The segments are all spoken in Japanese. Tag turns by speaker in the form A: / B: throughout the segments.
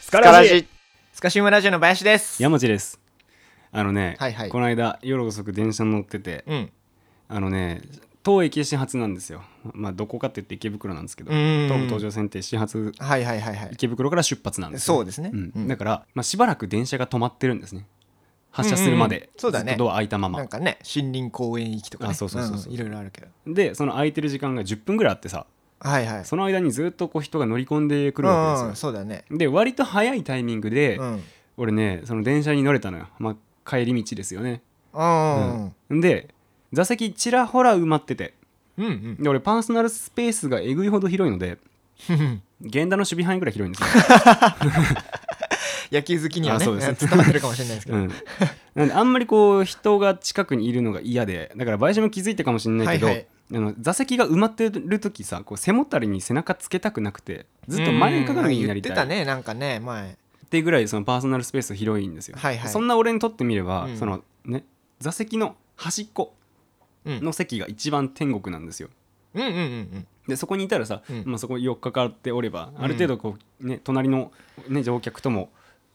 A: スカ
B: カラ
A: ラジ
B: ジ
C: スカシウムラジオの林です。
A: 山地ですあのね、
B: はいはい
A: この間夜遅く電車に乗ってて
B: うん
A: あのね当駅始発なんですよまあどこかって言って池袋なんですけど
B: うーん
A: 東武東上線って始発
B: はいはいはいはい
A: 池袋から出発なんですよ
B: そうですね
A: ん
B: うん
A: だから、まあ、しばらく電車が止まってるんですね発車するま
B: うんうん
A: で、
B: そうだね
A: ずっとドア開いたま
B: なん
A: ま
B: かね森林公園行きとかね
A: あそうそうそうそうん
B: いろいろあるけど
A: でその空いてる時間が10分ぐらいあってさ
B: はいはい
A: その間にずっとこう人が乗り込んでくる
B: うん
A: わけ
B: うん
A: ですよ、
B: そうだね
A: で割と早いタイミングで、
B: うん
A: 俺ねその電車に乗れたのよ、まあ、帰り道ですよね、
B: うん
A: で座席ちらほら埋まってて
B: うんうん
A: で俺パーソナルスペースがえぐいほど広いので
B: うん
A: 源田の守備範囲ぐらい広いんですよ、
B: 野球好きにはね
A: あそううんです
B: 伝わってるかもしれないですけ
A: う
B: ど
A: ん、なんであんまりこう人が近くにいるのが嫌でだから林も気づいたかもしれないけど、
B: はいはい
A: あの座席が埋まってる時さこう背もたれに背中つけたくなくてずっと前かがみになりたい
B: うん言ってたねなんかね前
A: っていうぐらいそのパーソナルスペース広いんですよ、
B: はいはい
A: そんな俺にとってみれば、
B: うん
A: そのね座席の端っこ
B: うん
A: の席が一番天国なんですよ
B: うんうんうん
A: でそこにいたらさ、
B: うん
A: まあ、そこに寄っかかっておれば、ある程度こう、ね、隣の、ね、乗客とも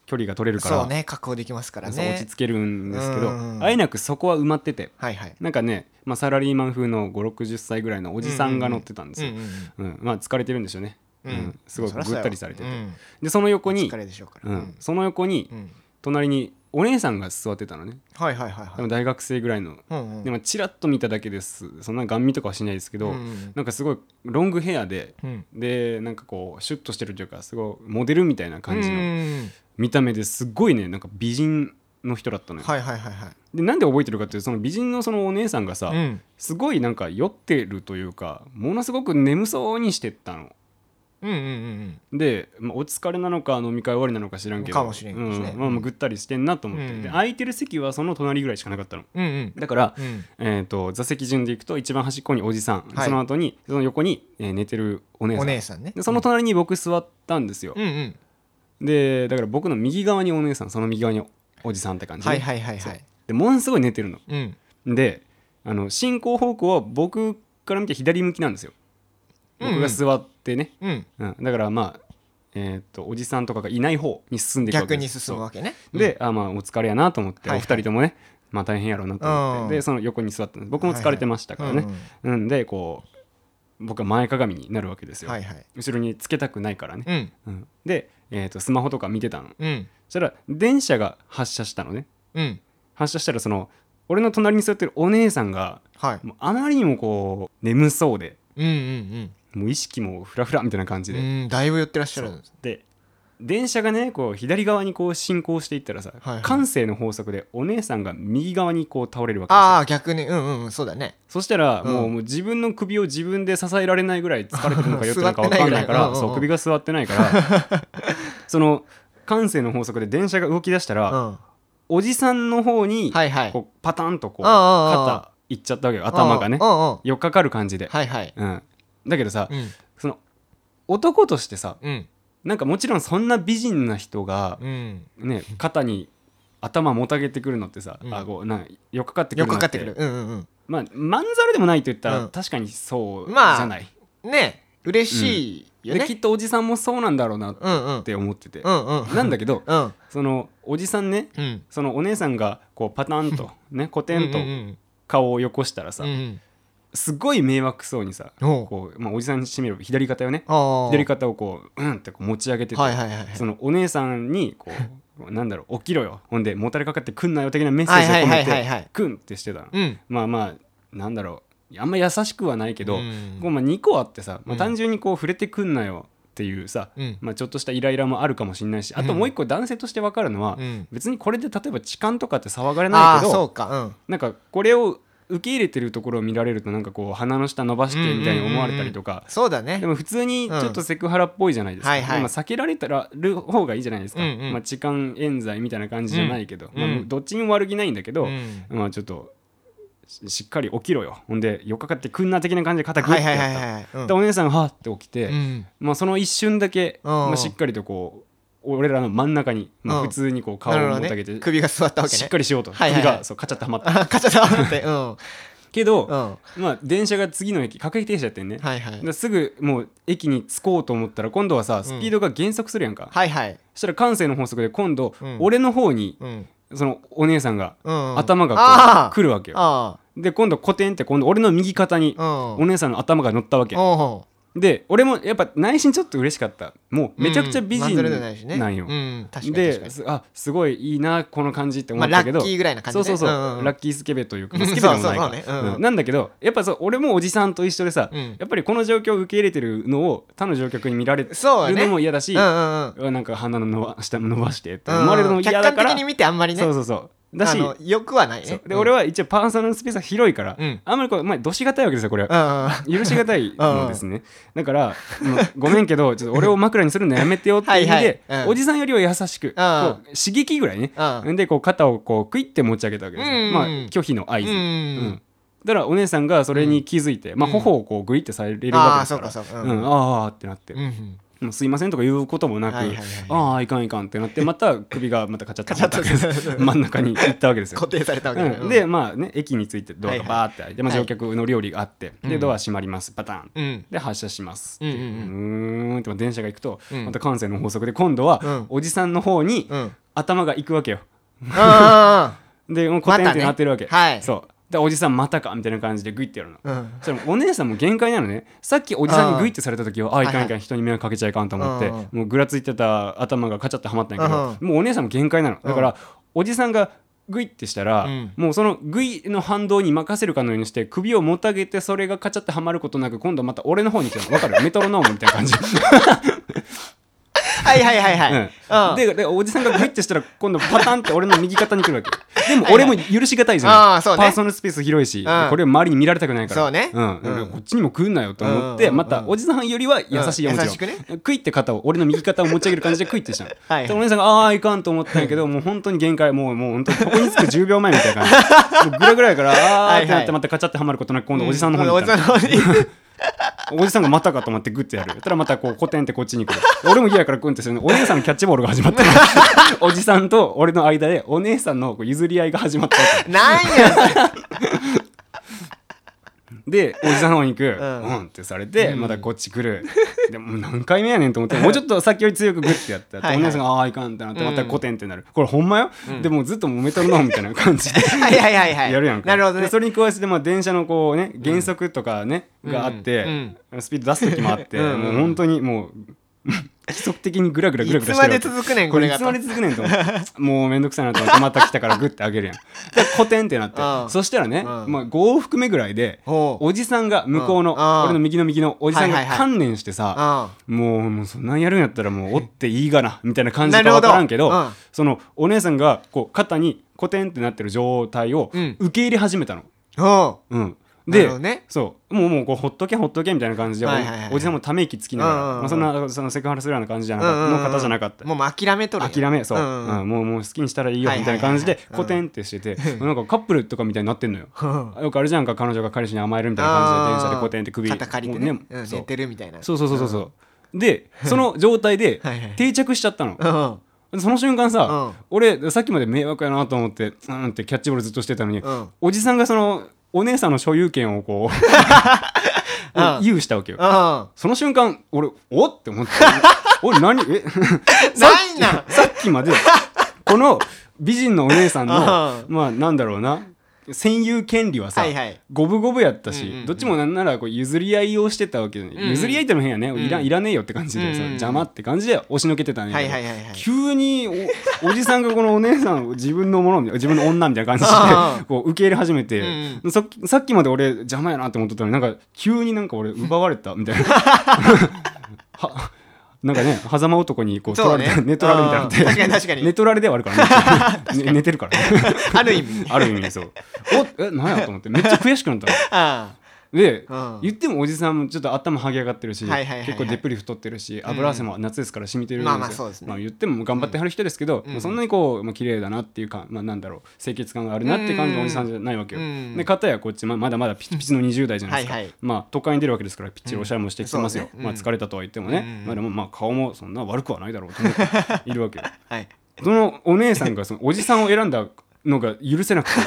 A: 距離が取れ
B: うん
A: るから
B: そうね確保できますから
A: そう
B: ね
A: 落ち着けるんですけど
B: うん
A: あえなくそこは埋まってて
B: はいはい
A: なんかね、まあ、サラリーマン風の560歳ぐらいのおじさんが乗ってたんですよ、
B: う
A: うんん
B: うんうん
A: まあ疲れてるんでしょうね、
B: う
A: うんんすごい
B: そ
A: ぐ
B: らそうや
A: っ
B: わ
A: たりされてて、
B: うん
A: でその横に
B: 疲、れでしょうから
A: う、
B: うん
A: その横に
B: んうん
A: 隣にお姉さんが座ってたのね、
B: はいはいはい
A: で
B: は
A: も
B: い
A: 大学生ぐらいの、
B: うんうん
A: でもチラッと見ただけですそんなガン見とかはしないですけど、
B: うんうん
A: なんかすごいロングヘアで
B: うん
A: でなんかこうシュッとしてるというかすごいモデルみたいな感じ
B: うん
A: の
B: うん
A: 見た目ですごいねなんか美人の人だったのよ、
B: はいはいはいはい
A: でなんで覚えてるかっていうとその美人のそのお姉さんがさ、
B: うん
A: すごいなんか酔ってるというかものすごく眠そうにしてったの
B: うんうんうん
A: で、まあ、お疲れなのか飲み会終わりなのか知らんけど
B: かもしれんですね
A: うんまあ、まあぐったりしてんなと思って、
B: うん
A: で空いてる席はその隣ぐらいしかなかったの
B: うんうん
A: だから、
B: うん
A: えー、と座席順でいくと一番端っこにおじさん、
B: はい
A: その後にその横に、えー寝てるお姉さん
B: お姉さんね
A: でその隣に僕座ったんですよ、
B: うんうん
A: でだから僕の右側にお姉さんその右側におじさんって感じね、
B: はいはいはいは
A: そう
B: い
A: でものすごい寝てるの
B: うん
A: であの進行方向は僕から見て左向きなんですよ僕が座ってね、
B: うん
A: うんだからまあえーっとおじさんとかがいない方に進んでいくわ
B: 逆
A: け
B: に
A: です
B: 進むわけね
A: そうで、あまあお疲れやなと思って、
B: はいはい
A: お二人ともねまあ大変やろうなと思
B: うん
A: ってでその横に座って僕も疲れてましたからね、
B: はいはい
A: うんでこう僕は前かがみになるわけですよ、
B: はいはい
A: 後ろにつけたくないからね、
B: うん
A: うんで、えーっとスマホとか見てたの
B: うん
A: そしたら電車が発車したのね
B: うん
A: 発車したらその俺の隣に座ってるお姉さんが
B: はい
A: もうあまりにもこう眠そうで
B: うんうん
A: もう意識もフラフラみたいな感じ
B: うん
A: で、
B: うんだいぶ寄ってらっしゃるんです
A: で電車がねこう左側にこう進行していったらさ、
B: はいはい
A: 感性の法則でお姉さんが右側にこう倒れるわけですよ
B: ああ逆にうんうんうんそうだね
A: そしたら
B: うん
A: もう,、もう自分の首を自分で支えられないぐらい疲れてるのか酔ってるのか
B: 座っ
A: 分
B: てない
A: かん
B: ぐら
A: ないいから
B: うんうんうん
A: そう首が座ってないからその感性の法則で電車が動き出した
B: う
A: ら、
B: んは
A: おじさんの方に
B: いはい
A: こうパタンとこう
B: うんうんうん
A: 肩いっちゃったわけよ頭がね
B: うんうんうん
A: よっかかる感じで、
B: はいはい
A: うん、だけどさ、
B: うん
A: その男としてさ
B: うん
A: なんかもちろんそんな美人な人が、
B: うん
A: ね、肩に頭もたげてくるのってさ、
B: うん
A: あこうなんよっかかってく
B: よ
A: る
B: く
A: の
B: かかってくるうんうん
A: まあまんざるでもないと言ったら、
B: うん
A: 確かにそうじ
B: まあ
A: ゃない、
B: うんね嬉しいよ
A: でき
B: ね
A: っとおじさんもそうなんだろうなっ
B: うんうん
A: て思ってて、
B: うんうん
A: なんだけど
B: うん
A: そのおじさんね
B: うん
A: そのお姉さんがこうパタンとねコテンと
B: うんうん
A: 顔をよこしたらさ、
B: うんうん
A: すごい迷惑そうにさ
B: おう
A: こう、まあ、おじさんにしてみれば左肩よね
B: ああ
A: 左肩をこううんってこう持ち上げてて、
B: はいはいはいはい
A: そのお姉さんにこ うなんだろう起きろよほんでもたれかかってくんなよ的なメッセージを込
B: はい
A: め
B: はいはいはいはい
A: てくんってしてたの
B: うん
A: まあまあなんだろうあんま優しくはないけど、
B: うん
A: こうまあ2個あってさ、ま
B: うん
A: あ、単純にこう触れてくんなよっていうさ、
B: うん
A: まあ、ちょっとしたイライラもあるかもしれないしあともう1個男性として分かるのは、
B: うん
A: 別にこれで例えば痴漢とかって騒がれ
B: あ
A: ない
B: あ
A: け
B: そ
A: ど
B: うかうん
A: なんかこれを受け入れてるところを見られるとなんかこう鼻の下伸ばしてみたいに思われたりとか、
B: そうだね
A: でも普通にちょっとセクハラっぽいじゃないですか、
B: うんはいはい
A: まあ避けられたらる方がいいじゃないですか、
B: うんうん
A: まあ、痴漢冤罪みたいな感じじゃないけど、
B: うん
A: まあ
B: うん
A: どっちにも悪気ないんだけど、
B: うん
A: まあちょっとししっかり起きろよほんでよっかかってくんな的な感じで肩グッ
B: は
A: て
B: いはいはい
A: やっ
B: はい
A: たでお姉さんがはって起きて、
B: うん
A: まあ、その一瞬だけ、
B: うん
A: まあ、しっかりとこう俺らの真ん中に、まあ、
B: うん
A: 普通にこう顔
B: なる
A: を
B: ほど
A: もたげて、
B: ね首が座ったわけね
A: しっかりしようと、
B: はいはいはい
A: 首がそうカチャッとはまって
B: あカチャッと合わせてうん
A: けど、
B: うんは
A: まあ電車が次の駅各駅停車やってんね、
B: いはいは
A: だ
B: い
A: からすぐもう駅に着こうと思ったら今度はさスピードが減速するやんか、
B: はい
A: そしたら感性の法則で今度、
B: うん
A: 俺の方に
B: うん
A: そのお姉さんが
B: うん
A: 頭がこう
B: あー
A: 来るわけよ
B: あ
A: で今度コテンって今度俺の右肩に
B: あ
A: お姉さんの頭が乗ったわけ
B: お
A: で俺もやっぱ内心ちょっと嬉しかったもうめちゃくちゃ美人なんよ、
B: うん確かに確
A: で
B: かに
A: すあすごいいいなこの感じって思
B: まあ
A: った
B: ラ
A: けど、
B: ッキーぐらいな感じ
A: そう
B: ね
A: そうそう、
B: んん
A: ラッキースケベというか、
B: うん
A: スケベでもない
B: そ
A: か
B: うそうそうねうん
A: うんなんだけどやっぱそう俺もおじさんと一緒でさ、
B: うん
A: やっぱりこの状況を受け入れてるのを他の乗客に見られる
B: そうね
A: のも嫌だし、
B: うんうんうん
A: うわなんか鼻の伸ば下伸ばしてって思われるの
B: う
A: も
B: ん
A: 嫌
B: 客
A: だ
B: 観
A: か
B: 的
A: ら、
B: に見てあんまりね
A: そうそうそうだし
B: あのよくはない
A: そ
B: ね
A: うで、俺
B: は
A: は一応パーソナルスペースが広いから、
B: うん
A: あんまりこう、まあ、どしがたいわけですよこれ、
B: うんうん
A: 許しがたいのですねだからもうごめんけどちょっと俺を枕にするのやめてよっていう意味で
B: はいはいうん
A: おじさんよりは優しくこう刺激ぐらいね
B: うん
A: でこう肩をこうクイって持ち上げたわけですよ
B: うん
A: まあ拒否の合図
B: う
A: うんんだからお姉さんがそれに気づいてまあ
B: うん
A: 頬をこうグイってされるわけ
B: あ
A: で
B: あ
A: す
B: そ
A: か
B: うからそうか
A: うんあーってなって
B: うんうん
A: もうすいませんとか言うこともなく
B: はいはいはい
A: ああいかんいかんってなってまた首がまたカチャッとなったわけです
B: カチャッと
A: 真ん中に行ったわけですよ
B: 固定されたわけね
A: うん、でまあね駅に着いてドアがバーって開いて、まあ、
B: はい
A: 乗客の料理があって、
B: う
A: で
B: ん
A: ドア閉まりますパターン、
B: うん
A: で発車します、
B: うんう
A: う
B: ん
A: ーんってまあ電車が行くと、
B: うん
A: また感性の法則で今度は、
B: うん
A: おじさんの方に
B: うんうん
A: 頭が行くわけよ
B: あ
A: でもうコテンってなってるわけ、
B: またねはい
A: そうでおじさんまたかみたいな感じでグイってやるの、
B: あうん
A: それもお姉さんも限界なのねさっきおじさんにグイってされた時はああいかんいかん人に迷惑かけちゃいかんと思って
B: うんうん
A: もうぐらついてた頭がカチャってはまったんやけどもうお姉さんも限界なのだからおじさんがグイってしたら
B: うん
A: もうそのグイの反動に任せるかのようにして首をもたげてそれがカチャってはまることなく今度また俺の方に来たの分かるメトロノームみたいな感じ
B: はいはいはいはい
A: うんででおじさんがグイってしたら今度パタンって俺の右肩に来るわけでも俺も許しがたいじゃん
B: ああそう
A: パー
B: ね
A: ソナルスペース広いし、
B: うん
A: これを周りに見られたくないから
B: そうね
A: んだから
B: うん
A: こっちにも来んなよと思っ
B: うんうん
A: て、
B: うん
A: またおじさんよりは優しいよ、
B: うん
A: もちろ
B: 優しくね
A: んクイって肩を俺の右肩を持ち上げる感じでクイってしたの
B: はいはい
A: でお姉さんが「ああーいかん」と思ったんやけどもう本当に限界もうもう本当にここに着く10秒前みたいな 感じもうグラグラやから「ああ」ってな
B: は
A: っ
B: い
A: て
B: はい
A: またカチャってはまることなく今度おじさんの方に
B: う
A: 行
B: お
A: っ
B: じ
A: た
B: さん
A: の
B: の方に
A: おじさんがまたかと思ってグッてやるそしたらまたこうコテンってこっちに来る俺も嫌やからグンってするのお姉さんのキャッチボールが始まった のおじさんと俺の間でお姉さんのこう譲り合いが始まったわけ
B: なんや
A: でおじさんの方に行く、う
B: うん
A: ん、ってされて、またこっち来るでも何回目やねんと思ってもうちょっと先より強くグッてやったら
B: はいはい
A: お姉さんが「ああいかん」ってなって
B: うん
A: またコテンってなる、これほんまよ、でもうずっともうメトロノームみたいな感じで
B: はいはいはいはい
A: やるやんか
B: なるほど
A: で
B: ね
A: それに加えてまあ電車のこうね減速とかね、があって、スピード出す時もあって
B: うん
A: もう本当にもう規則的にグラグラグラ
B: い
A: グ
B: つ
A: ラして
B: ま
A: る
B: で
A: わけ
B: 続くねん
A: こ
B: こ
A: れ
B: れ
A: い
B: が
A: つまで続くねんと思ってもうめんどくさいなと思ってまた来たからグッて上げるやんでコテンってなって
B: うん
A: そしたらね、
B: うん
A: まあ、5往復目ぐらいで
B: ほう
A: おじさんが向こうの、
B: うんあー
A: 俺の右の右のおじさん
B: は
A: が
B: いはいはい
A: 観念してさ、
B: あ
A: もうもうそんなんやるんやったらもうおっていいが なみたいな感じ
B: な
A: か
B: る
A: 分
B: ほ
A: か
B: ど
A: らんけど
B: うん
A: そのお姉さんがこう肩にコテンってなってる状態を
B: うん
A: 受け入れ始めたの。
B: ほう
A: うん
B: な
A: で
B: るほどね
A: そうもうもうこうほっとけほっとけみたいな感じで、
B: はいはいはい
A: おじさんもため息つきながら、
B: うんうんうん
A: まあ、そんなそのセクハラするような感じじゃな
B: うんうんう
A: か
B: ん
A: ったの方じゃなかった
B: もう諦めとるやん
A: 諦めそう、
B: う
A: うんん
B: うん
A: もうもう好きにしたらいいよ
B: はい
A: み
B: はい
A: た
B: はい
A: な感
B: い
A: じで
B: うん
A: コテンってしてて、なんかカップルとかみたいになってんの よ
B: うん
A: よくあるじゃんか彼女が彼氏に甘えるみたいな感じで電車でコテンって首
B: 肩借りて
A: も
B: ね
A: う
B: うん
A: そ
B: 寝
A: う
B: てるみたいな
A: そうそうそうそうそうでその状態 で
B: はいはい
A: 定着しちゃったの
B: うん
A: でその瞬間さ、
B: うん
A: 俺さっきまで迷惑やなと思ってうんってキャッチボールずっとしてたのに、
B: うん
A: おじさんがそのお姉さんの所有権をこ う
B: うん
A: 有したわけよ
B: うん
A: その瞬間俺おって 思って俺何え
B: ないな
A: さっきまでこの美人のお姉さんの
B: あ
A: まあなんだろうな占有権利はさ
B: はいはい
A: 五分五分やったし、
B: うんうんうん
A: どっちもなんならこう譲り合いをしてたわけで、
B: うん
A: 譲り合いってのも変やね、いら
B: うん
A: いらねえよって感じで、
B: うんうん
A: その邪魔って感じで押しのけてたね、
B: はいはいはいはい
A: 急におおじさんがこのお姉さんを自分のものみたいな自分の女みたいな感
B: あ
A: じで
B: あ
A: こう受け入れ始めて、
B: ん
A: さっきさっきまで俺邪魔やなって思ってたのになんか急になんか俺奪われたみたい な。はなんかね狭間男にこう取ら
B: そう
A: れ
B: ね
A: て、寝取られみたいになって
B: うん確かに確か に
A: 寝取られではある からねね寝てるからね
B: ある意味
A: ある意味そうおえなんやと思ってめっちゃ悔しくなったの
B: あ
A: で、
B: うん
A: 言ってもおじさんもちょっと頭はげ上がってるし、
B: はいはいはいはい
A: 結構でっぷり太ってるし油汗も夏ですから染みてるん
B: まあまあそうですね
A: まあ、言っても頑張ってはる人ですけど、
B: ん
A: まあそんなにこう、まあ綺麗だなっていうか、まあ、なんだろう清潔感があるなって感じのおじさんじゃないわけよ、
B: うん
A: で片やこっちままだまだピチピチの20代じゃないですか
B: はいはい
A: まあ、都会に出るわけですからピッチリおしゃれもしてきてますよ、
B: うんそうねうん
A: まあ、疲れたとは言ってもね、
B: うん
A: まあ、でもまあ顔もそんな悪くはないだろうと思っているわ けよ
B: あはい
A: そのお姉さんがそのおじさんを選んだのが許せなくて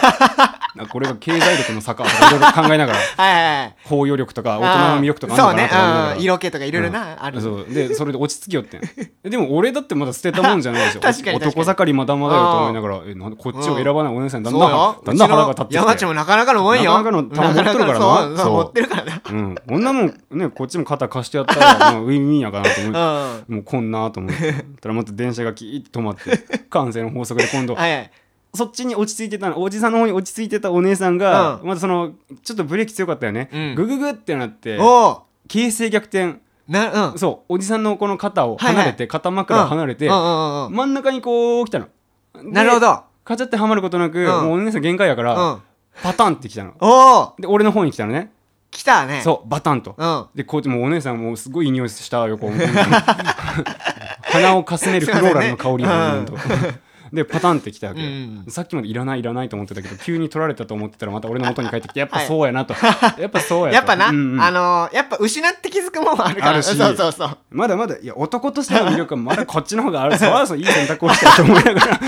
A: なんかこれが経済力の差かとかいろいろ考えなが ら
B: はいはい
A: 包容力とか
B: 大
A: 大人の魅力とかある
B: そ
A: の
B: う
A: かな
B: ね
A: とか思いながら
B: うん色気とかいろいろなある
A: そうでそれで落ち着きよってんえでも俺だってまだ捨てたもんじゃないでしょ
B: 確かに確かに
A: 男盛りまだまだよと思いながらえなんでこっちを選ばないお姉さんにだんだん
B: よ
A: だんだん腹が立って
B: うちの山ちゃんもなかなかのもんよ
A: なかなかの玉持っとるからな
B: かかのそうそう
A: そう
B: 持ってるからな
A: うん、こんなもんねこっちも肩貸してやったら もうウィンウィンやかなと思って
B: うん
A: もうこんなと思って たらまた電車がキーッと止まって感性の法則で今度
B: はいはい
A: そっちに落ち着いてたのおじさんの方に落ち着いてたお姉さんが、
B: うん
A: またそのちょっとブレーキ強かったよね、
B: うん
A: グググってなって
B: おお
A: 形勢逆転
B: なうん
A: そうおじさんのこの肩を離れて、肩枕を離れて、
B: うんうんうんうん
A: 真ん中にこう来たので
B: なるほど
A: カチャってはまることなく、もうお姉さん限界やか
B: う
A: ら、
B: ん
A: パタンって来たの
B: おお
A: で俺の方に来たのね
B: 来たね
A: そうバタンと、
B: うん
A: でこうやってもうお姉さんもうすごいいい匂いしたよこう鼻をかすめるフローラルの香りが、
B: すい
A: とでパタンってきたわけよ、
B: うん
A: さっきまでいらないいらないと思ってたけど急に取られたと思ってたらまた俺の元に帰ってきてやっぱそうやなと、やっぱそうやと
B: やっぱな、
A: うんうん
B: あのーやっぱ失って気づくもんはあるか
A: あ
B: ら
A: るし
B: そうそうそう
A: まだまだいや男としての魅力はまだこっちの方があ るそうそういい選択をしたと思いながらこ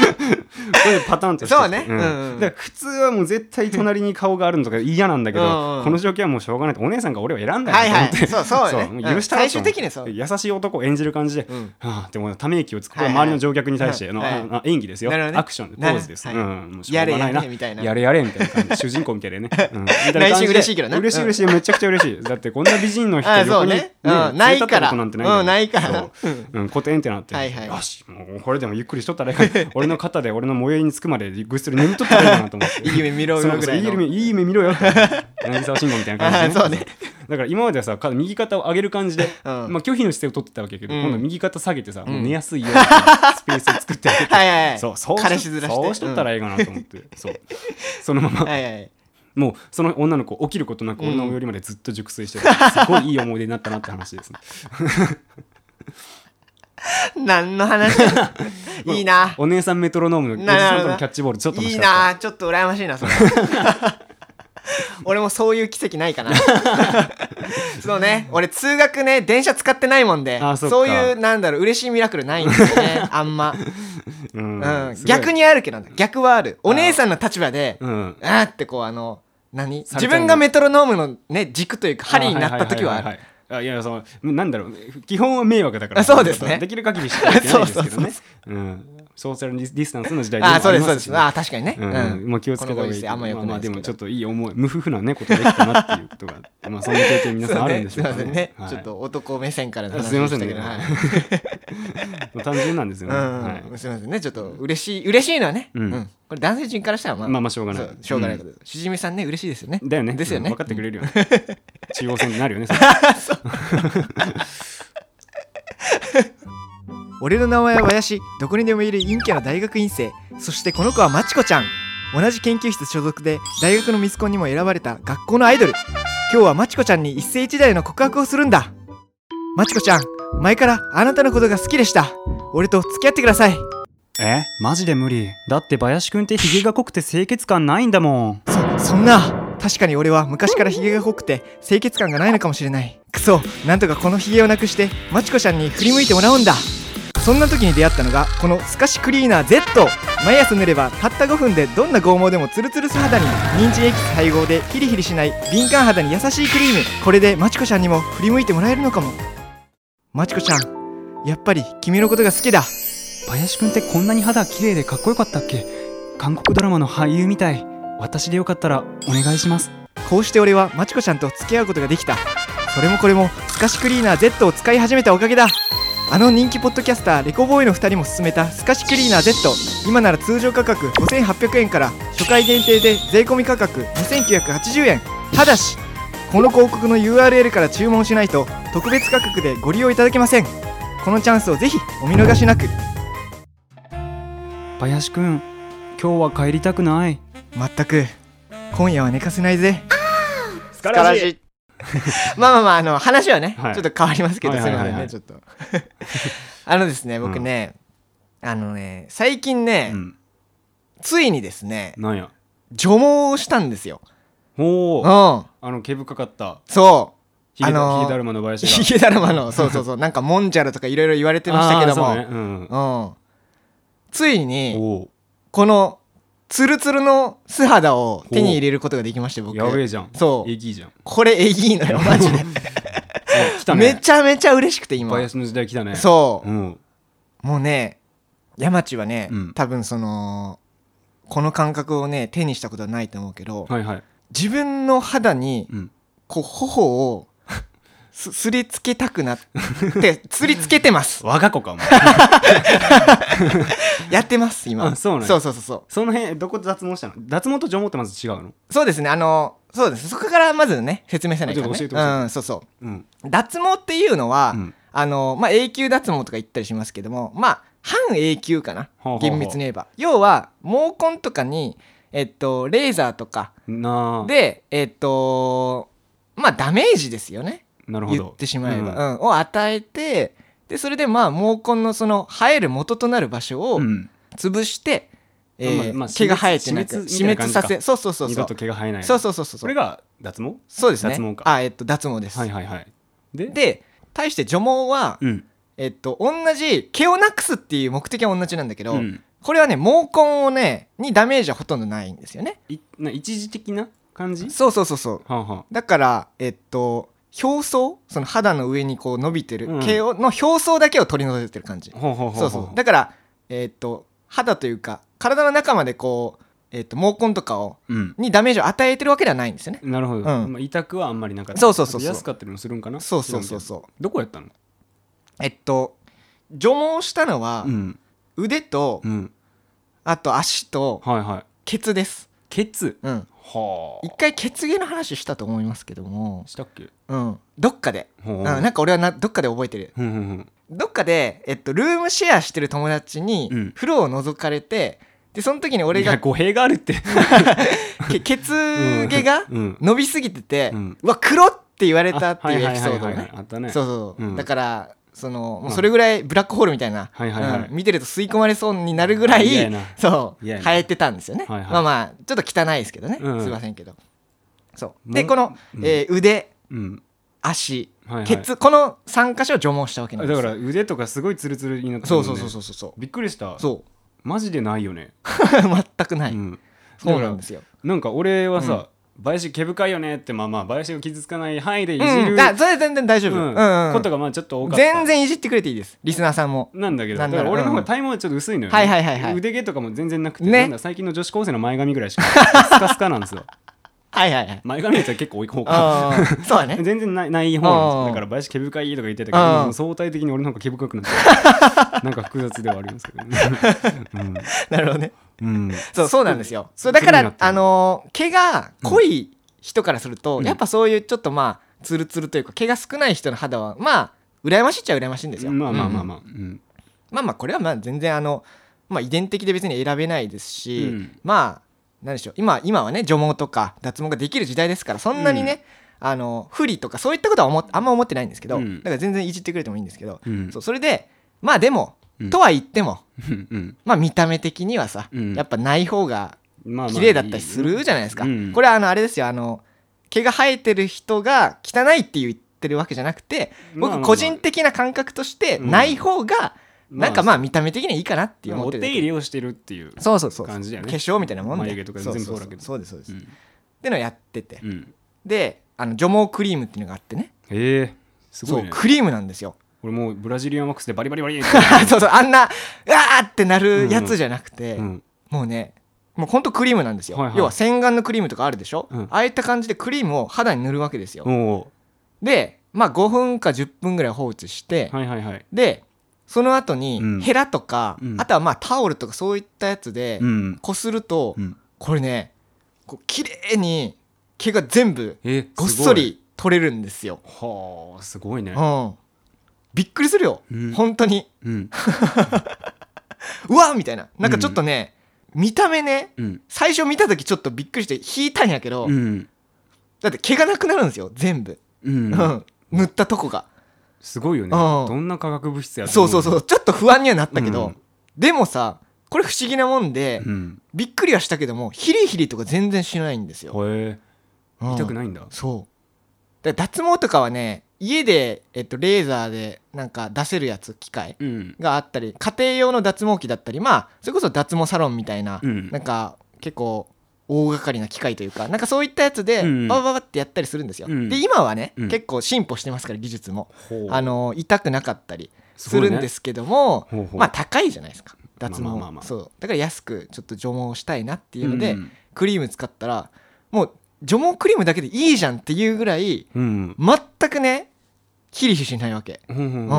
A: れでパターンとして
B: そうね
A: ん
B: うんうん
A: だから普通はもう絶対隣に顔があるのとか嫌なんだけど
B: うんうん
A: この状況はもうしょうがないとお姉さんが俺を選んだ
B: は
A: よ
B: い
A: と思
B: は
A: って、
B: いそうそう
A: そう
B: ね
A: も
B: うん
A: う許したろ
B: 最
A: と思
B: 終
A: って
B: 的にはそう
A: 優しい男を演じる感じで、
B: うん
A: はあでもため息をつくこれ
B: はい
A: は
B: はい
A: 周りの乗客に対しての、
B: はい
A: ああ演技ですよ、
B: なるほどね
A: アクションポーズです、
B: な
A: う
B: る
A: ん、もうしょうがないな
B: やれやれみたいな
A: やれやれみたいな感じ主人公みたいでね、 うん、みたいな感じで
B: 内心嬉しいけどな
A: 嬉しい嬉しいめちゃくちゃ嬉しいだってこんな美 人の人
B: あそ
A: 横
B: う
A: に、
B: ねうん
A: 連
B: な
A: れ
B: い
A: 立っ
B: か
A: た
B: ら
A: ことなんてないんだよ
B: うんないからな
A: そううん、コテンってなって、
B: はいはい
A: よしもうこれでもゆっくりしとったらいいか 俺の肩で俺の最寄りにつくまでぐっすり眠っとったらいいかなと思って
B: いい夢見ろよ
A: そうそう
B: ぐらいの
A: いい夢いい夢見ろよって柳沢慎吾みたいな感じで、
B: あそうね
A: だから今まではさか右肩を上げる感じで、
B: うん
A: まあ、拒否の姿勢を取ってたわけやけど、
B: うん
A: 今度は右肩下げてさ、もう寝やすいようなスペースを作ってあげて
B: はいはいはい
A: そうそう
B: 彼氏面して
A: そうしとったらいいかなと思って、そうそのまま、
B: はいはい
A: もうその女の子起きることなく俺の最寄りまでずっと熟睡してた、すごいいい思い出になったなって話です ね
B: 何 の話いいな
A: お姉さんメトロノームのおじ
B: なるほど
A: さんとのキャッチボールちょっと楽
B: い
A: し
B: い
A: かった
B: なちょっと羨ましいなそれ俺もそういう奇跡な いかなそうね俺通学ね電車使ってないもんで
A: あそっか
B: そういうなんだろう嬉しいミラクルないんですよねあんま、
A: うん
B: うん、
A: すごい
B: 逆にあるけど逆はあるお姉さんの立場で
A: うん
B: あーってこうあの何
A: されちゃう
B: 自
A: の
B: 分がメトロノームのね軸というか針になった時は
A: い
B: あ
A: いいい
B: る
A: はいあいやそのなんだろう基本は迷惑だから
B: あそうですね
A: できる限りしかやってないですけどねうんソーシャルディスタンスの時代でも
B: あ
A: あ
B: ーそうで
A: り
B: すそう
A: ま
B: です
A: し
B: すあー確かにね、
A: うんまあ、気をつけた方がいいけど
B: あんま良
A: まあ
B: く
A: ま
B: な
A: あ
B: いで
A: ですも
B: けど
A: ちょっといい思い無夫婦なねことができたなっていうことがまあそんな経験皆さんあるんでしょうか
B: そう
A: ね
B: すいませんね、
A: はい
B: ちょっと男目線からの
A: あ
B: 話
A: すいません
B: で
A: ね
B: したけどはい
A: もう単純なんですよね、はい
B: うん、すみませんね、ちょっと嬉しい、嬉しいのはね、
A: う
B: うんん、これ男性陣からしたら、まあ、
A: まあまあしょうがない
B: そうしょうがないことです。しじみさんね、嬉しいですよね。
A: だよね
B: ですよね。
A: うん分かってくれる よね、中央線になるよねそれ
B: 俺の名前は林どこにでもいる陰キャの大学院生そしてこの子はまちこちゃん同じ研究室所属で大学のミスコンにも選ばれた学校のアイドル今日はまちこちゃんに一世一代の告白をするんだまちこちゃん前からあなたのことが好きでした俺と付き合ってください
A: えマジで無理だって林くんってヒゲが濃くて清潔感ないんだもん
B: そそんな確かに俺は昔からヒゲが濃くて清潔感がないのかもしれないクソなんとかこのヒゲをなくしてマチコちゃんに振り向いてもらうんだそんな時に出会ったのがこのスカシクリーナー Z 毎朝塗ればたった5分でどんな剛毛でもツルツル素肌に人参エキス配合でヒリヒリしない敏感肌に優しいクリームこれでマチコちゃんにも振り向いてもらえるのかもマチコちゃんやっぱり君のことが好きだ
A: 林くんってこんなに肌綺麗でかっこよかったっけ韓国ドラマの俳優みたい私でよかったらお願いします
B: こうして俺はマチコちゃんと付き合うことができたそれもこれもスカシクリーナー Z を使い始めたおかげだあの人気ポッドキャスターレコボーイの2人も勧めたスカシクリーナー Z 今なら通常価格5800円から初回限定で税込み価格2980円ただしこの広告の URL から注文しないと特別価格でご利用いただけませんこのチャンスをぜひお見逃しなく
A: 林くん今日は帰りたくない
B: まったく今夜は寝かせないぜ
A: ス
B: カラジまあまあまあ、あの話はね、
A: はい
B: ちょっと変わりますけど、
A: はい
B: す
A: はいいはい
B: ません
A: は
B: ね、
A: い
B: ちょっと。 あのですね、僕ね、あのね、最近ね、
A: うん
B: ついにですね、
A: なんや
B: 除毛をしたんですよ。
A: お
B: う
A: お
B: ん、
A: あの毛深かった
B: そう。
A: ヒゲ,、
B: あのー
A: ヒゲだるまの林が
B: ヒゲだるまの、そうそうそう、なんかモンジャルとかいろいろ言われてましたけども、
A: あーそうね
B: うん。ついに、
A: うん、お
B: このツルツルの素肌を手に入れることができまして僕
A: やべえじゃん
B: そう
A: えぎいじゃん
B: これえぎいのよマジで
A: あ来たね
B: めちゃめちゃ嬉しくて今
A: バイアスの時代来たね、
B: そう
A: ん、
B: もうね山地はね、
A: うん
B: 多分そのこの感覚をね手にしたことはないと思うけど、
A: はいはい、
B: 自分の肌に
A: うん、
B: こう頬 をすすりつけたくなってすりつけ てます
A: 我が子かお前
B: やってます今
A: あそうなんや
B: そうそうそうそう
A: その辺どこで脱毛したの脱毛と除毛ってまず違うの
B: そうですねあのそうですそこからまずね説明せないから、ね、
A: あちょっと教えて
B: うんそうそう
A: うん
B: 脱毛っていうのは、
A: うん
B: あのまあ、永久脱毛とか言ったりしますけどもまあ半永久かな
A: ほうほうほう
B: 厳密に言えば要は毛根とかに、えっと、レーザーとか
A: なあ
B: でえっとまあダメージですよね
A: なるほど
B: 言ってしまえば、
A: うん
B: うんを与えてでそれでまあ毛根のその生える元となる場所を
A: うん
B: 潰して、えー
A: まあまあ
B: 毛が生えてな
A: 死
B: く
A: 滅
B: 死
A: みたいな
B: 滅
A: 感じ
B: さ
A: か
B: せそうそうそう
A: 二
B: そう
A: 度と毛が生えない
B: そうそうそうそう
A: これが脱毛
B: そうですね
A: 脱毛か
B: あえっと脱毛です、
A: はいはいはいで
B: で対して除毛は、
A: うん
B: えっと、同じ毛をなくすっていう目的は同じなんだけど、
A: うん
B: これはね毛根をねにダメージはほとんどないんですよね
A: いな一時的な感じ
B: そうそうそうそう
A: はあは
B: だからえっと表層その肌の上にこう伸びてる
A: うん
B: 毛を、の表層だけを取り除いてる感じ
A: あほうほうほうほ
B: そうそうだからえっと肌というか体の中までこう、えっと、毛根とかを
A: うん
B: にダメージを与えてるわけではないんですよね
A: なるほど、
B: うん
A: まあ、委託はあんまりなかった
B: そうそうそうそう
A: 安かったりもするんかな
B: そうそうそうそう
A: どこやったの
B: えっと除毛したのは
A: ん
B: 腕と、
A: うん
B: あと足と
A: はいはい
B: ケツです
A: ケツ
B: うん
A: は
B: 一回血芸の話したと思いますけども
A: あ、したっけ
B: うん、どっかで、
A: ほう
B: う
A: ほ
B: ん、
A: う
B: なんか俺はなどっかで覚えてる
A: ふんふんふん
B: どっかで、えっと、ルームシェアしてる友達に
A: うん
B: 風呂を覗かれてでその時に俺
A: いや
B: が
A: 語弊があるって
B: け血毛が
A: うん
B: 伸びすぎてて、う
A: うん
B: わ黒って言われた
A: あ
B: って
A: はいいうは
B: エ
A: い
B: ピ
A: は
B: ソー
A: い
B: ドを
A: はい
B: ね
A: あったね
B: そうそう、
A: うん
B: だからそのもう
A: まあ
B: それぐらいブラックホールみたいな、
A: はいはいはい
B: うん見てると吸い込まれそうになるぐらい
A: 嫌やな
B: そう
A: 嫌やな
B: 生えてたんですよね、
A: はいはい
B: まあまあちょっと汚いですけどね、
A: うん
B: すいませんけどそうで
A: も
B: この、
A: うん
B: えー腕
A: うん
B: 足、
A: はいはい
B: ケツこの3箇所を除毛したわけなん
A: だ
B: ですよ
A: から腕とかすごいツルツルになってる
B: そ
A: も
B: うん
A: ね
B: そうそうそうそうそう
A: びっくりした
B: そう
A: マジでないよね
B: 全くない、
A: うん
B: そうなんですよ
A: なんか俺はさ林毛深いよねってまあまあ林を傷つかない範囲でいじ
B: う
A: る
B: んあそれ全然大丈夫、うんうんうん
A: ことがまあちょっと多かった
B: 全然いじってくれていいですリスナーさんも
A: なんだけど、
B: なん
A: だ
B: なら
A: から俺の方が体毛はちょっと薄いのよ、ね
B: はいはいはいはい
A: 腕毛とかも全然なくて、
B: ね
A: なんだ最近の女子高生の前髪ぐらいしかスカスカなん ですよ。
B: はいはいはい
A: 前髪のやつは結構多い方か。
B: あ ーそうだね
A: 全然ないない方なんですよ。
B: あー
A: だから林毛深いとか言ってたけ
B: あー
A: ど、もう相対的に俺の方が毛深くな ってるなんか複雑ではありますけどね。
B: なるほどね
A: うん。
B: そうそうなんですよそうだか
A: 気にな
B: ら
A: った
B: あのー毛が濃い人からすると、
A: うん
B: やっぱそういうちょっとまあツルツルというか毛が少ない人の肌はまあ羨ましいっちゃ羨ましいんですよ
A: まあまあまあ
B: うん
A: まあ。うん。
B: まあまあこれはまあ全然あの、まあ、遺伝的で別に選べないですし、
A: うん
B: まあ何でしょう今今はね除毛とか脱毛ができる時代ですからそんなにね、あの不利とかそういったことは思っあんま思ってないんですけど、
A: うん
B: だから全然いじってくれてもいいんですけど、
A: うん
B: そうそれでまあでも、
A: うん
B: とは言っても、
A: うんうん
B: まあ、見た目的にはさ、
A: うん
B: やっぱない方が
A: まあまあ
B: 綺麗だったりするじゃないですか、
A: うん
B: これはあのあれですよあの毛が生えてる人が汚いって言ってるわけじゃなくて
A: まあまあ
B: 僕
A: まあ
B: 個人的な感覚として
A: うん
B: ない方が、
A: まあ
B: なんかまあ見た目的にはいいかなって思
A: お
B: って
A: 手
B: るだけ
A: 入れをしてるっていう。
B: そうそうそう
A: 感じだよね
B: 化粧みたいなもんで
A: 眉毛とか全部そうだけど
B: そうそうそうそうですそううです、っ
A: ん
B: てのをやってて、
A: うん。
B: であの除毛クリームっていうのがあってね
A: へえ、すごい
B: そう
A: ね。
B: クリームなんですよ
A: 俺もうブラジリアンワックスでバリバリバリって。
B: そうそうあんなうわーってなるやつじゃなくて、
A: うん。
B: もうねもうほんとクリームなんですよ、
A: はいはい
B: 要は洗顔のクリームとかあるでしょ、
A: うん
B: ああいった感じでクリームを肌に塗るわけですよ、
A: おう
B: でまあ5分か10分ぐらい放置して、
A: はいはいはい。
B: でその後に
A: うん
B: ヘラとか、
A: うん
B: あとはまあタオルとかそういったやつで
A: うん。
B: こすると、
A: うん
B: これねこう綺麗に毛が全部
A: え
B: ごっそり取れるんですよ。
A: すごいはあすごいね
B: うん、びっくりするよ、
A: うん
B: 本当に
A: うん
B: うわみたいななんかちょっとね、見た目ね
A: うん
B: 最初見た時ちょっとびっくりして引いたんやけど、
A: うん
B: だって毛がなくなるんですよ全部、
A: う
B: うんん、塗ったとこが、
A: すごいよね
B: うん
A: どんな化学物質やと
B: そ
A: 思
B: うそうそうちょっと不安にはなったけど、
A: うん
B: でもさこれ不思議なもんで、
A: うん
B: びっくりはしたけどもヒリヒリとか全然しないんですよ、
A: へえ
B: うん
A: 痛くないんだ
B: そうだから脱毛とかはね家で、えっと、レーザーでなんか出せるやつ機械
A: うん
B: があったり家庭用の脱毛器だったりまあそれこそ脱毛サロンみたいな、
A: うん
B: なんか結構大掛かりな機械というかなんかそういったやつで
A: うん
B: ババババってやったりするんですよ、
A: うん
B: で今はね、
A: うん
B: 結構進歩してますから技術も
A: ほう
B: あの痛くなかったり
A: す
B: す
A: ごいね
B: るんですけども、
A: ほうほう
B: まあ高いじゃないですか脱毛、
A: まあまあまあまあ
B: そうだから安くちょっと除毛したいなっていうので、
A: うん
B: クリーム使ったらもう除毛クリームだけでいいじゃんっていうぐらい
A: うん
B: 全くねキリヒリしないわけ
A: うんうん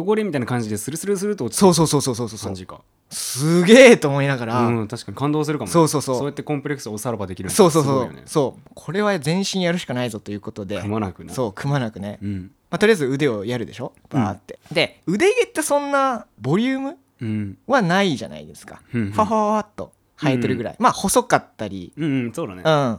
A: 汚れみたいな感じでスルスルスルと落ちて
B: そうそうそうそうそう
A: く
B: そ
A: 感
B: う
A: じか
B: すげえと思いながら、
A: うん確かに感動するかもね
B: そうそうそう
A: そうやってコンプレックスをおさらばできるの
B: そうそう
A: す
B: そ
A: ご
B: う、
A: いよね
B: そうこれは全身やるしかないぞということで
A: くまなくな
B: そうくまなくね、
A: うん
B: まあ、とりあえず腕をやるでしょバーって、で腕毛ってそんなボリューム
A: うん
B: はないじゃないですか、
A: うん
B: ファファファっと生えてるぐらい、まあ細かったり
A: うんうんそうだね
B: うん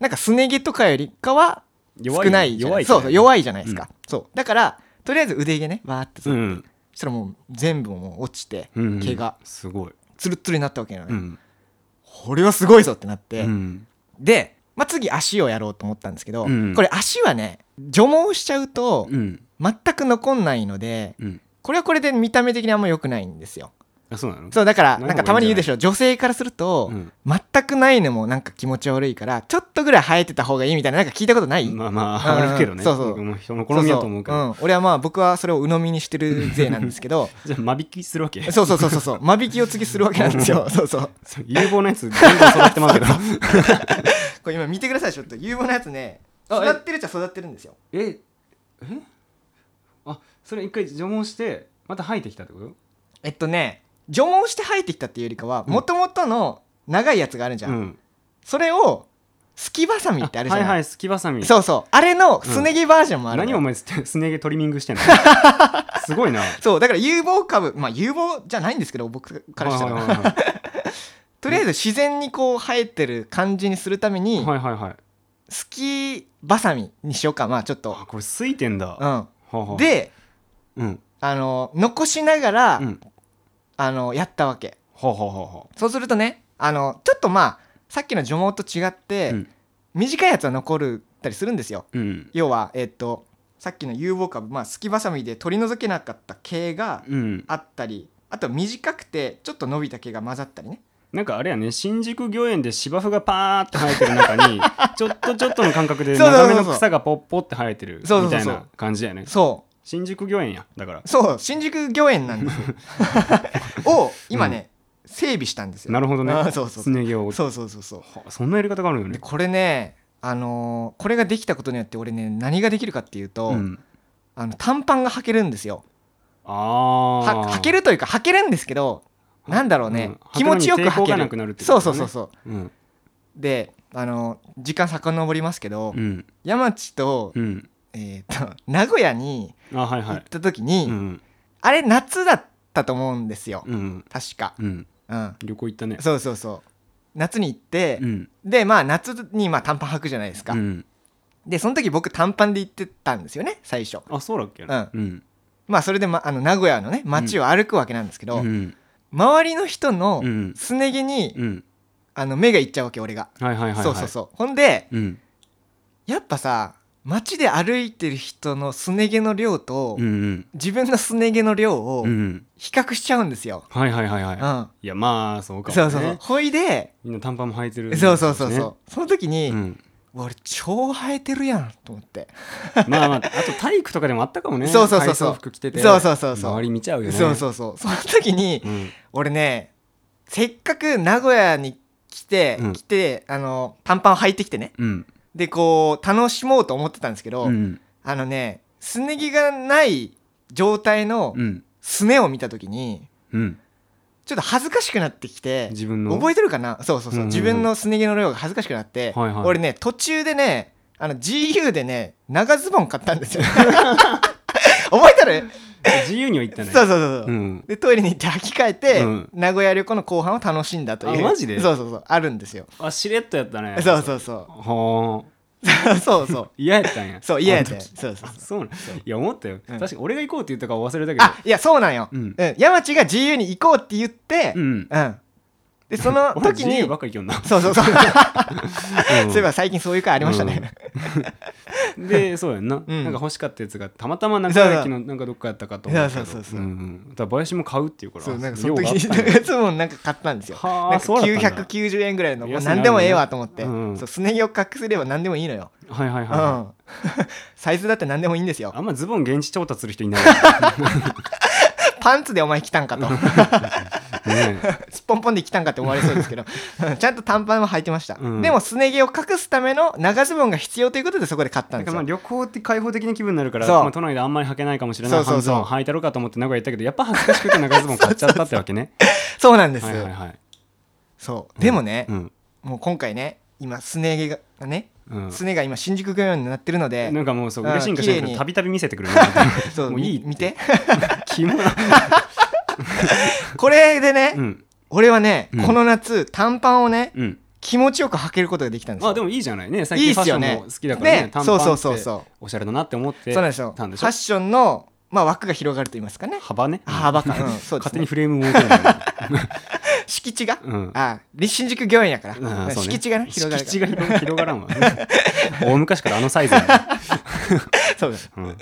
B: なんかすね毛とかよりかは
A: 弱
B: 少ないじゃな
A: 弱
B: い
A: い
B: そうそう弱
A: い
B: いじゃないですか、そうだからとりあえず腕毛ねバーってさ、
A: うん
B: そしたらもう全部もう落ちて、
A: うん
B: 毛が
A: すごい
B: ツルッツルになったわけなの
A: う
B: ね、
A: ん
B: これはすごいぞってなって、
A: うん
B: で、まあ、次足をやろうと思ったんですけど、
A: うん
B: これ足はね除毛しちゃうと
A: うん
B: 全く残んないので
A: うん
B: これはこれで見た目的にあんま良くないんですよ
A: あそうなの
B: そうだから
A: ない方がいいんじゃない
B: なんかたまに言うでしょ女性からすると、
A: うん
B: 全くないのもなんか気持ち悪いからちょっとぐらい生えてた方がいいみたいななんか聞いたことない、
A: まあまああるけどね
B: そうそう
A: 僕も人の好みだと思うから
B: そそん、俺はまあ僕はそれを鵜呑みにしてる勢なんですけ ど
A: じゃあ間引きするわけ
B: そうそうそうそうそう間引きを次するわけなんですよそうそう
A: そう有望なやつどんどん育ってますけど
B: これ今見てくださいちょっと有望なやつね育ってるっちゃ育ってるんですよ
A: ええあそれ一回除毛してまた生えてきたってこと
B: えっとね除毛して生えてきたっていうよりかはもともとの長いやつがあるじゃん、
A: うん
B: それをすきばさみってあるじゃ
A: は
B: ないい、
A: はいすきばさみ
B: そうそうあれのすね毛バージョンもあるの
A: 何
B: よ、
A: お前すすね毛トリミングし てんのすごいな
B: そうだから有望株まあ有望じゃないんですけど僕からした
A: はい
B: ら
A: はいは
B: とりあえず自然にこう生えてる感じにするため
A: い
B: に
A: はいはいはい
B: すきばさみにしようかまあちょっと
A: あこれすいてんだ、
B: う
A: はあは
B: ん
A: あ
B: で
A: うん
B: あの残しながら、
A: うんは
B: あのやったわけ
A: あはあはあは
B: そうするとねあのちょっとまあさっきの除毛と違って、
A: うん
B: 短いやつは残るったりするんですよ
A: あうん
B: 要はえっ、とさっきの有望株まあすきばさみで取り除けなかった毛が
A: うん、
B: あったりあと短くてちょっと伸びた毛が混ざったりね
A: なんかあれやね新宿御苑で芝生がパーって生えてる中 にちょっとちょっとの感覚で
B: そうそうそう
A: 長
B: そう
A: めの草がポッポって生えてるみ
B: そうそうそ
A: た
B: う
A: い
B: そう
A: な感じだよね
B: そ
A: 新宿御苑やだから
B: うそう新宿御苑なんです よを今ね、整備したんですよ
A: なるほどね
B: あそうそう
A: すね毛を
B: そうそうそうそう
A: はあそんなやり方があるよ
B: で
A: ね
B: これねあのーこれができたことによって俺ね何ができるかっていうと、
A: うん
B: あの短パンが履けるんですよ
A: ああ
B: は履けるというか履けるんですけどなんだろうね、
A: うん
B: 気持ちよく
A: 履くのに抵
B: 履
A: 抗
B: け
A: が
B: る
A: なくなるってこ
B: そう
A: とだね
B: そうそうそう
A: うん
B: であの時間遡りますけど、
A: うん
B: 山地と,、
A: うん
B: えーと名古屋に
A: あはいは
B: 行っ
A: い
B: た時に、
A: うん
B: あれ夏だったと思うんですよ、
A: うん
B: 確か、
A: うん
B: うん、
A: 旅行行ったね
B: そうそうそう夏に行って
A: う、ん
B: でまあ夏にまあ短パン履くじゃないですか、
A: うん
B: でその時僕短パンで行ってたんですよね最初
A: あそうだっけ
B: うん
A: うん
B: まあそれで、ま、あの名古屋のね街を歩くわけなんですけ
A: う
B: ど、
A: ん
B: 周りの人の
A: うん
B: すね毛に、
A: うん
B: あの目がいっちゃうわけ俺が、
A: はいはいはいはい
B: そうそうそうほんで
A: うん
B: やっぱさ街で歩いてる人のすね毛の量と、
A: うんうん
B: 自分のすね毛の量を
A: うん
B: 比較しちゃうんですよ、
A: はいはいはいは
B: う
A: い
B: ん
A: いやまあそうかもね
B: そうそうそうほいで、
A: みんな短パンも履いてる
B: そうそうそうそう
A: ね
B: その時に、
A: うん
B: うわ俺超生えてるやんと思って、
A: まあまああと体育とかでもあったかもね
B: そうそうそうそう
A: 体操服着てて
B: そうそうそうそう
A: 周り見ちゃうよね
B: そうそうそうその時に、
A: うん
B: 俺ねせっかく名古屋に来て、
A: うん
B: 来てあの短パンを履いてきてね
A: うん
B: でこう楽しもうと思ってたんですけど、
A: うん
B: あのねすね毛がない状態の
A: うん
B: すねを見た時に
A: うん
B: ちょっと恥ずかしくなってきて
A: 自分の
B: 覚えてるかなそうそうそ
A: う
B: う、
A: んうんうん
B: 自分のすね毛の量が恥ずかしくなって、
A: はいはい
B: 俺ね途中でねあの GU でね長ズボン買ったんですよ 覚えてる、
A: 自由には行った
B: そ
A: ね
B: うそうそうそう、
A: うん
B: でトイレに行って履き替えて、
A: うん
B: 名古屋旅行の後半を楽しんだという
A: あマジで
B: そうそうそうあるんですよ
A: あしれっとやったね
B: そうそうそう
A: はあ
B: そう そう
A: 嫌やったんや
B: そう嫌やで
A: あの時
B: そうそう
A: あそうなんいや思ったよ
B: うん
A: 確か俺が行こうって言ったから忘れたけど
B: あいやそうなんよ、
A: う
B: うんん山地が GU に行こうって言って
A: う、ん
B: うん、で その
A: 俺
B: 時
A: 自由
B: に
A: ばっか行けよんな
B: そうそうそうそういえ
A: ば
B: ば最近そういう回ありましたね、
A: でそうやんな、
B: うん
A: なんか欲しかったやつがたまたま中崎のなんかどっかやったかと思うけど
B: そうそうそうそう
A: うんうんだから林も買うっていうから
B: そうなんか その
A: 用があっ
B: 時
A: たんや
B: にいつもなんか買ったんですよ
A: はあ
B: なんか
A: そうだったんだ
B: 990円ぐらいのもう
A: 安いな
B: 何でもええわと思って、
A: うん
B: そうすね毛を隠せれば何でもいいのよ、
A: はいはいうはい、
B: ん、サイズだって何でもいいんですよ
A: あんまズボン現地調達する人いない
B: パンツでお前来たんかと
A: ねえ
B: すっぽんぽんで来たんかって思われそうです けどうんちゃんと短パンも履いてました、
A: うん
B: でもすね毛を隠すための長ズボンが必要ということでそこで買ったん
A: なん
B: で
A: か
B: す
A: まあ
B: よ
A: 旅行って開放的な気分になるから、
B: そう
A: まあ、都内であんまり履けないかもしれない
B: そうそうそう
A: 半ズボン履いたろうかと思って名古屋行ったけどやっぱ恥ずかしくて長ズボン買っちゃったってわけね
B: そうなんです、
A: はいはいはい、
B: そうでもね、
A: うん
B: もう今回ね今すね毛がね
A: うん、
B: すねが今新宿御用になってるので、
A: なんかもうそう
B: うん
A: 嬉しいんかしらん
B: 綺
A: け
B: 麗
A: ど
B: に
A: たびたび見せてくるね
B: そう
A: もういい
B: み見て
A: キモい
B: これでね、
A: うん
B: 俺はね、
A: うん
B: この夏短パンをね
A: うん
B: 気持ちよく履けることができたんですよ
A: あでもいいじゃないね最
B: いい
A: 近
B: っ
A: ファッシ
B: す
A: ョ
B: よ
A: ン
B: ね
A: も好きだからね
B: ね
A: 短パンって
B: そうそうそうそ
A: おしゃれだなって思って
B: そうなんですよ
A: たんでし
B: フ
A: ょ
B: ァッションの、まあ、枠が広がると言いますかね
A: 幅ね
B: 幅か、うん、そう
A: 勝
B: です
A: 手
B: ね
A: にフレームを設けるんだよね
B: 敷地が、
A: うん
B: あで新宿御苑やから、
A: うんそうね
B: 敷地がね広がる
A: 敷
B: か
A: 地が広が広がら んわ大昔からあのサイズやね
B: らそうです
A: うん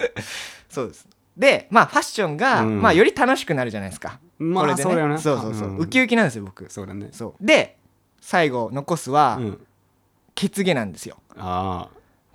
B: そうですでまあファッションが、
A: うん
B: まあ、より楽しくなるじゃないですか、
A: ま
B: これ
A: あ
B: でね
A: そうだよな
B: そうそうそう、
A: ん
B: ウキウキなんですよ僕
A: そうだね
B: そうで最後残すは、
A: うん
B: 血毛なんですよ
A: あ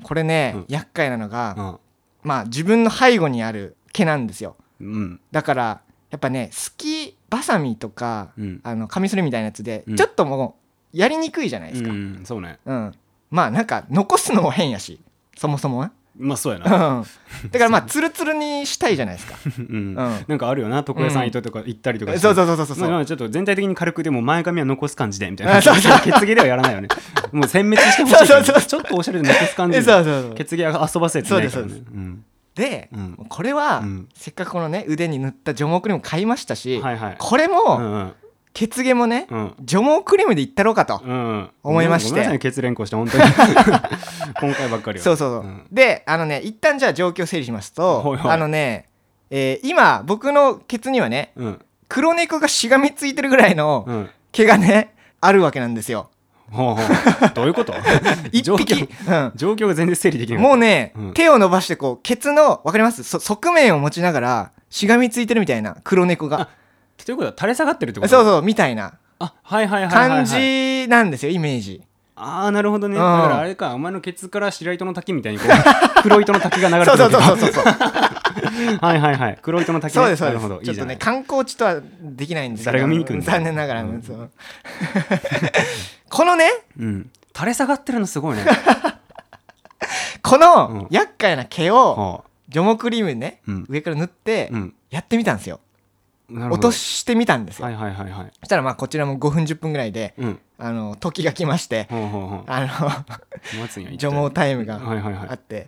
B: これね、
A: うん
B: 厄介なのが、
A: あ
B: まあ自分の背後にある毛なんですよ
A: うんうん
B: だからやっぱねスキーバサミとか、
A: うん
B: あのカミソリみたいなやつで、
A: うん
B: ちょっともうやりにくいじゃないですか、
A: うんそうね
B: うん、まあなんか残すのも変やしそもそもは、
A: まあそうや
B: うん、
A: な
B: だからまあツルツルにしたいじゃないですか、
A: う
B: うんん、
A: なんかあるよな床屋さん行ったとか行ったりとかして
B: そうそうそうそうそう、
A: まあまあちょっと全体的に軽くでも前髪は残す感じでみたい
B: あ
A: な
B: そうそう
A: 血毛ではやらないよ ねもう殲滅してほしいから
B: そうそう
A: ちょっとおしゃれで残す感じ
B: え
A: で
B: そうそうそう
A: 血毛は遊ばせてないから
B: そうです
A: ねうん
B: で、
A: うん
B: これは、
A: うん
B: せっかくこのね腕に塗った除毛クリーム買いましたし、
A: はいはい
B: これ
A: う
B: も、
A: んうん
B: 血毛もね、
A: うん
B: 除毛クリームでいったろうかと、
A: うん
B: 思いまして
A: ごめんなさいね血連行して 本当に今回ばっかりは
B: そうそうそう、
A: ん
B: であのね一旦じゃあ状況整理しますと、
A: はいはい
B: あのね、えー今僕のケツにはね
A: うん
B: 黒猫がしがみついてるぐらいの
A: うん
B: 毛がねあるわけなんですよ
A: ほうほうどういうこと
B: 一
A: 状
B: 匹、
A: 況
B: う
A: 状況が全然整理でき
B: ん、
A: ない
B: もうね、
A: うん
B: 手を伸ばしてこうケツのわかりますそ側面を持ちながらしがみついてるみたいな黒猫が
A: ということは垂れ下がってるって
B: そ
A: こ
B: う
A: と
B: そうみたいな
A: あはいはいはいはい、はい、
B: 感じなんですよイメージ
A: ああなるほどね
B: うん
A: だからあれかお前のケツから白糸の滝みたいにこう黒糸の滝が流れて
B: そう
A: る
B: そう
A: わけ
B: そう
A: だ
B: そうそうそう
A: はいはいはい黒糸の滝、ね、
B: そうですそう
A: な
B: で
A: るほ
B: す
A: ど
B: ち
A: い
B: ょ
A: い
B: っ
A: じゃな
B: とね
A: い
B: 観光地とはできないんですけど
A: 誰が見に来んの
B: 残念ながら、
A: うん
B: そう このね
A: うん垂れ下がってるのすごいね
B: こ
A: うん
B: の厄介な毛を
A: はあ
B: 除毛クリームね、
A: うん
B: 上から塗って
A: うん
B: やってみたんですよ、
A: なるほ
B: 落
A: ど
B: としてみたんですよ、
A: はいはいはいはい
B: そしたらまあこちらも5分10分ぐらいで
A: うん
B: あの時が来まして
A: ほうほうほ
B: あ
A: う松には 行
B: の除毛
A: って
B: タイムが
A: はいはいは
B: あ
A: い
B: って、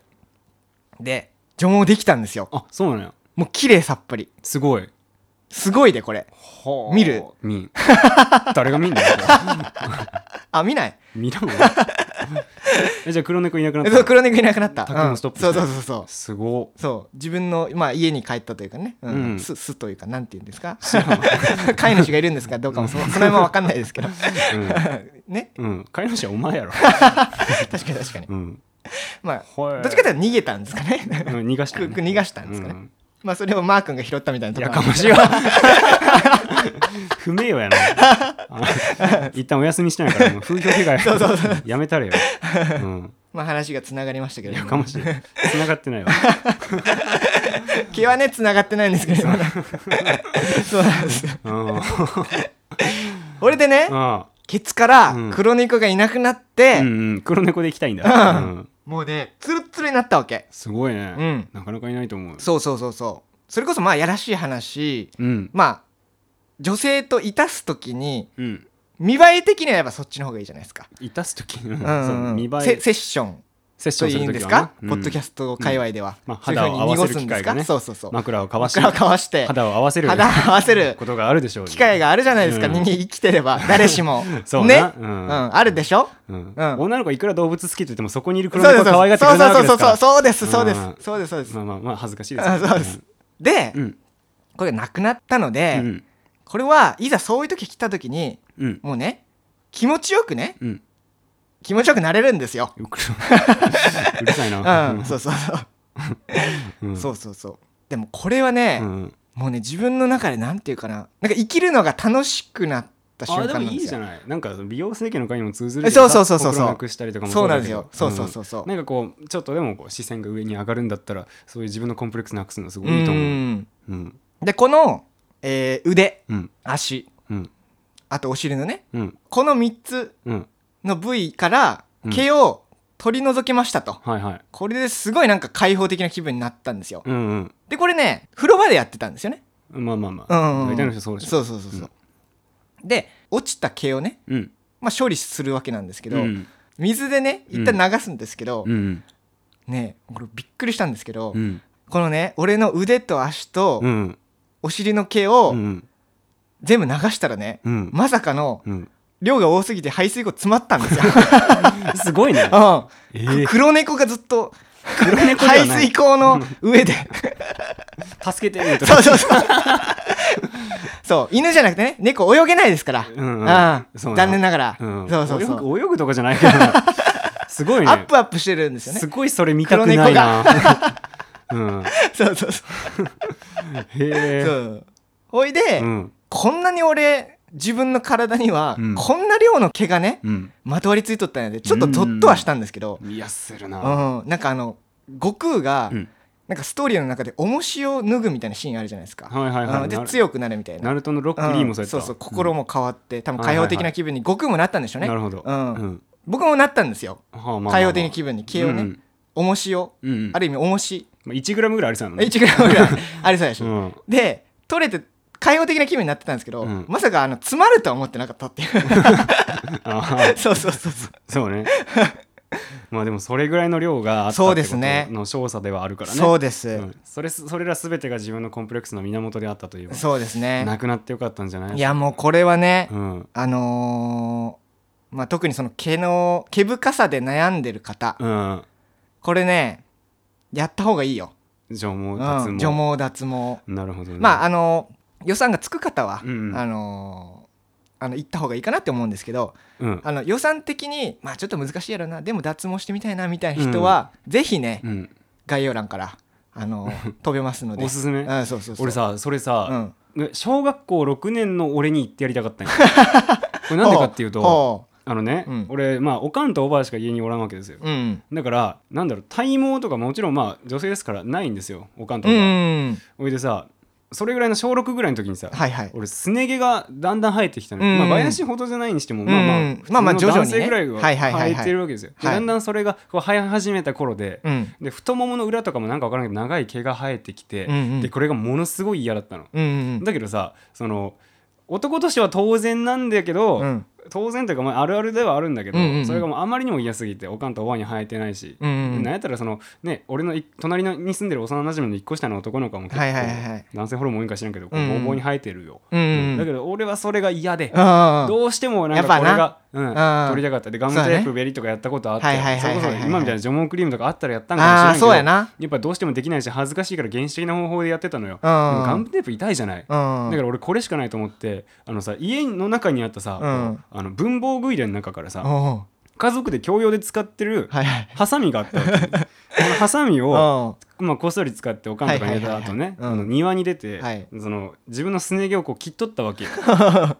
B: で除毛できたんですよ
A: あそうなのよ
B: もう綺麗さっぱり
A: すごい
B: すごいでこれあ見る
A: 見 ん誰が見んの
B: あ見ない
A: 見らんわえじゃあ黒猫いなくなっ
B: えそう
A: た
B: 黒猫いなくなった、
A: タクも
B: うん
A: ストップ
B: そうそうそうそう
A: すご
B: そう自分の、まあ、家に帰ったというかね、うん
A: うん
B: すすというかなんて言うんですか 飼い主がいるんですかどうかもそその辺は分かんないですけど ね
A: うん、うん、飼い主はお前やろ
B: 確かに確かに
A: うん
B: まあ
A: ほえ
B: どっちかというと逃げたんですかね
A: うん逃がした、ね、
B: くく逃がしたんですかね
A: う
B: まあそれをマー君が拾ったみたいなと
A: い
B: こ
A: や
B: ろ
A: かましい わ不名誉やな あ一旦お休みしないからもう風評被害やめたれよ、うん、
B: まあ話がつながりましたけ
A: い
B: れ
A: や
B: ど
A: か
B: も
A: ましい繋がってない わ
B: 毛はねつながってないんですけれどもそうなんです
A: うんあ
B: これでね
A: あ
B: ケツから
A: うん
B: 黒猫がいなくなっ
A: うん
B: て、
A: うん黒猫で行きたいんだ、
B: う
A: うん、
B: もうねツルツルになったわけ
A: すごいね、
B: うん
A: なかなかいないと思う
B: そうそうそうそうそれこそまあやらしい話
A: うん
B: まあ女性といたす時に
A: うん
B: 見栄え的にはやっぱそっちの方がいいじゃないですか、
A: いたす時の、
B: う
A: そ
B: ん
A: う見栄え
B: セセッション
A: セッショ
B: と
A: ンす
B: いいん
A: る
B: で
A: 時は
B: すか
A: な、
B: ポッドキャ
A: ス
B: スト界隈では、
A: まあ
B: そういうふうに
A: 肌を合わせ
B: 濁
A: る
B: すんです
A: 機会が
B: か
A: ね
B: そうそうそう
A: 枕をかわして
B: 枕をかわして
A: 肌を合わせる
B: 肌を合わせる
A: ことがあるでしょう
B: 機会があるじゃないですか、
A: うん
B: 人間生きてれば誰しも
A: そう
B: ね、
A: な
B: う
A: うんん
B: あるでしょ
A: うん
B: うん
A: 女の子いくら動物好きと言ってもそこにいる
B: そう
A: 黒猫
B: そう
A: は可愛がってくれないわけですから
B: そうですそうです
A: うん
B: そうですそうですそうです
A: まあまあまあ恥ずかしいです
B: あそうですで、
A: うん
B: これなくなったの
A: う
B: で、
A: ん
B: これはいざそういう時来た時に
A: うん
B: もうね気持ちよくね
A: うん
B: 気持ちよくなれるんですよ。
A: うくうるさいな。
B: うん、そうそうそう。
A: うん
B: そうそうそう。でもこれはね、
A: うん
B: もうね自分の中でなんていうかな、なんか生きるのが楽しくなった瞬
A: あ
B: 間
A: で
B: な
A: も
B: ん
A: い
B: で
A: い
B: す
A: じゃ
B: よ。
A: ないなんか美容整形の会にも通ずる
B: え
A: けどさ
B: そうそうそうそ
A: ほく
B: う
A: ろなくしたりとかも
B: そうな
A: だ
B: んで
A: け
B: す
A: ど
B: よ。そうそうそうそう。
A: なんかこうちょっとでもこう視線が上に上がるんだったらそういう自分のコンプレックスなくすのすごいいいと
B: う
A: 思うんうん
B: でこの、えー腕、
A: うん
B: 足、
A: うん
B: あとお尻のね、
A: うん
B: この三つ
A: うん
B: の部位から
A: うん
B: 毛を取り除けましたと。
A: はいはい
B: これですごいなんか開放的な気分になったんですよ。
A: うん
B: でこれね風呂場でやってたんですよね。
A: うんまあまあま
B: う
A: あ
B: んうんうん
A: 大体の人そうでし
B: そ
A: ょ
B: うそうそうそう。で落ちた毛をね、
A: うん
B: まあ、処理するわけなんですけ
A: け
B: ど、
A: うん
B: 水でね一旦流すんですけど、
A: うん
B: ねこれびっくりしたんですけど、
A: うん
B: このね俺の腕と足と
A: うん
B: お尻の毛を
A: うん
B: 全部流したらね、
A: うん
B: まさかの
A: うん
B: 量が多すぎて排水口詰まった んですよ。
A: すごい ね
B: うん
A: えー
B: 黒猫がずっと
A: 黒猫では
B: 排
A: な
B: 水
A: い
B: 口の 上で
A: 助けてと
B: そう
A: か
B: そうそうそう犬じゃなくてね猫泳げないですから、
A: うんうん
B: ああ
A: そうなの
B: 残念ながら、
A: うん
B: そうそう
A: 泳
B: そう
A: ぐ泳ぐとかじゃない けどなすごい
B: アッ
A: ね
B: プアップしてるんですよね
A: すごいそれ見たくないなうん
B: そうそう
A: へ
B: そうそ
A: え
B: うほいで、
A: うん
B: こんなに俺自分の体には、
A: うん
B: こんな量の毛がね
A: うん
B: まとわりついとったんやでちょっとゾッとはしたんですけど、
A: 癒やせる
B: う
A: なん
B: なんかあの悟空が、
A: うん
B: なんかストーリーの中で重しを脱ぐみたいなシーンあるじゃないですか、
A: はいはいはい
B: うんで
A: なる
B: 強くなるみたいな
A: ナルトのロックリーもそうやった
B: んそうそう心
A: も
B: も変わって多分
A: うん
B: 開放的な気分に悟空もなったんでしょうね、
A: なるほど
B: うん
A: うん
B: 僕もなったんですよ
A: はあまあまあまあ
B: 開放的な気分に毛をね、
A: うん
B: 重しを
A: うんうん
B: ある意味重し、
A: まあ1グラムぐらいありそうやな
B: 1g ぐらいありそうやし、
A: うん
B: で取れて開放的な気分になってたんですけど、
A: うん
B: まさかあの詰まるとは思ってなかったっていう
A: あ
B: そうそうそうそう
A: そう ねまあでもそれぐらいの量があった
B: そう
A: って
B: で
A: こ
B: す
A: と
B: ね
A: の少佐ではあるからね
B: そうです、
A: うんそれそれら全てが自分のコンプレックスの源であったという
B: そうですね
A: なくなってよかったんじゃない
B: いやもうこれはね、
A: うん
B: あのーまあ、特にその毛の毛深さで悩んでる方、
A: うん
B: これねやった方がいいよ、
A: 除
B: う
A: 毛脱毛
B: ん、除毛脱毛
A: なるほどね
B: まああの予算がつく方は、
A: うんうん
B: あのあの行った方がいいかなって思うんですけど
A: うん
B: あの予算的にまあちょっと難しいやろなでも脱毛してみたいなみたいな人は、ぜひね、
A: うん
B: 概要欄から あの飛べますので
A: おすすめ
B: うんそうそうそう
A: 俺さそれ
B: う
A: さ
B: ん
A: ね小学校6年の俺に言ってやりたか ったんやこれなんでかっていうと
B: ほ
A: あのね
B: うん
A: 俺まあおかんとおばあしか家におらんわけですよ
B: ううん
A: だからなんだろう体毛とかもちろんまあ女性ですからないんですよおかんと
B: う
A: か
B: ん
A: おいでさそれぐらいの小6ぐらいの時にさ
B: はいはい
A: 俺すね毛がだんだん生えてきたの、
B: うん
A: まあ林ほどじゃないにしても、
B: うん
A: まあまあ
B: まあまあ
A: 普通の
B: 徐々
A: 男
B: にね
A: 性ぐらいは
B: はいはいはいは
A: 生
B: い
A: えてるわけですよ、で
B: はい
A: だんだんそれがこう生え始めた頃で,、
B: うん
A: で太ももの裏とかもなんか分からんけど長い毛が生えてきて、
B: うんうん
A: でこれがものすごい嫌だったの、
B: うんうん
A: だけどさその男としては当然なんだけど、
B: うん
A: 当然というか、まあ、あるあるではあるんだけど、
B: うんうんうん
A: それがもうあまりにも嫌すぎておかんとおばあに生えてないし、
B: うんうん
A: なんやったらそのね俺のい隣のに住んでる幼なじみの一個下の男の子も結構、
B: はいはいはいはい
A: 男性ホルモン多いんか知らんけど、こう
B: うんうん
A: ボーボーに生えてるよ、
B: うんうん
A: だけど俺はそれが嫌で、
B: うん
A: どうしてもなん
B: やっ
A: か
B: ぱな
A: これが、うん
B: ん
A: 取りたかったでガムテ
B: そうや
A: ー
B: ね
A: プベリとかやったことあって、
B: はいはい
A: そ
B: はい
A: れ
B: はい
A: こ
B: は
A: そ
B: いはい
A: 今みたいな除毛クリームとかあったらやったんかもしれん
B: あー
A: けど
B: そうやな
A: やっぱどうしてもできないし恥ずかしいから原始的な方法でやってたのよ、
B: うんうんうん
A: でもガムテープ痛いじゃない、
B: う
A: だ
B: ん
A: から俺これしかないと思ってあのさ家の中にあったさ、
B: うん
A: あの文房具入れの中からさ
B: おう
A: 家族で共用で使ってる
B: はいはい
A: ハサミがあったわけ このハサミを
B: おう
A: まあ、こっそり使っておかんとかに入れた後ね
B: はいはいはいはい
A: あ
B: うん
A: の庭に出て、
B: はい
A: その自分のすね毛をこう切っとったわけ よ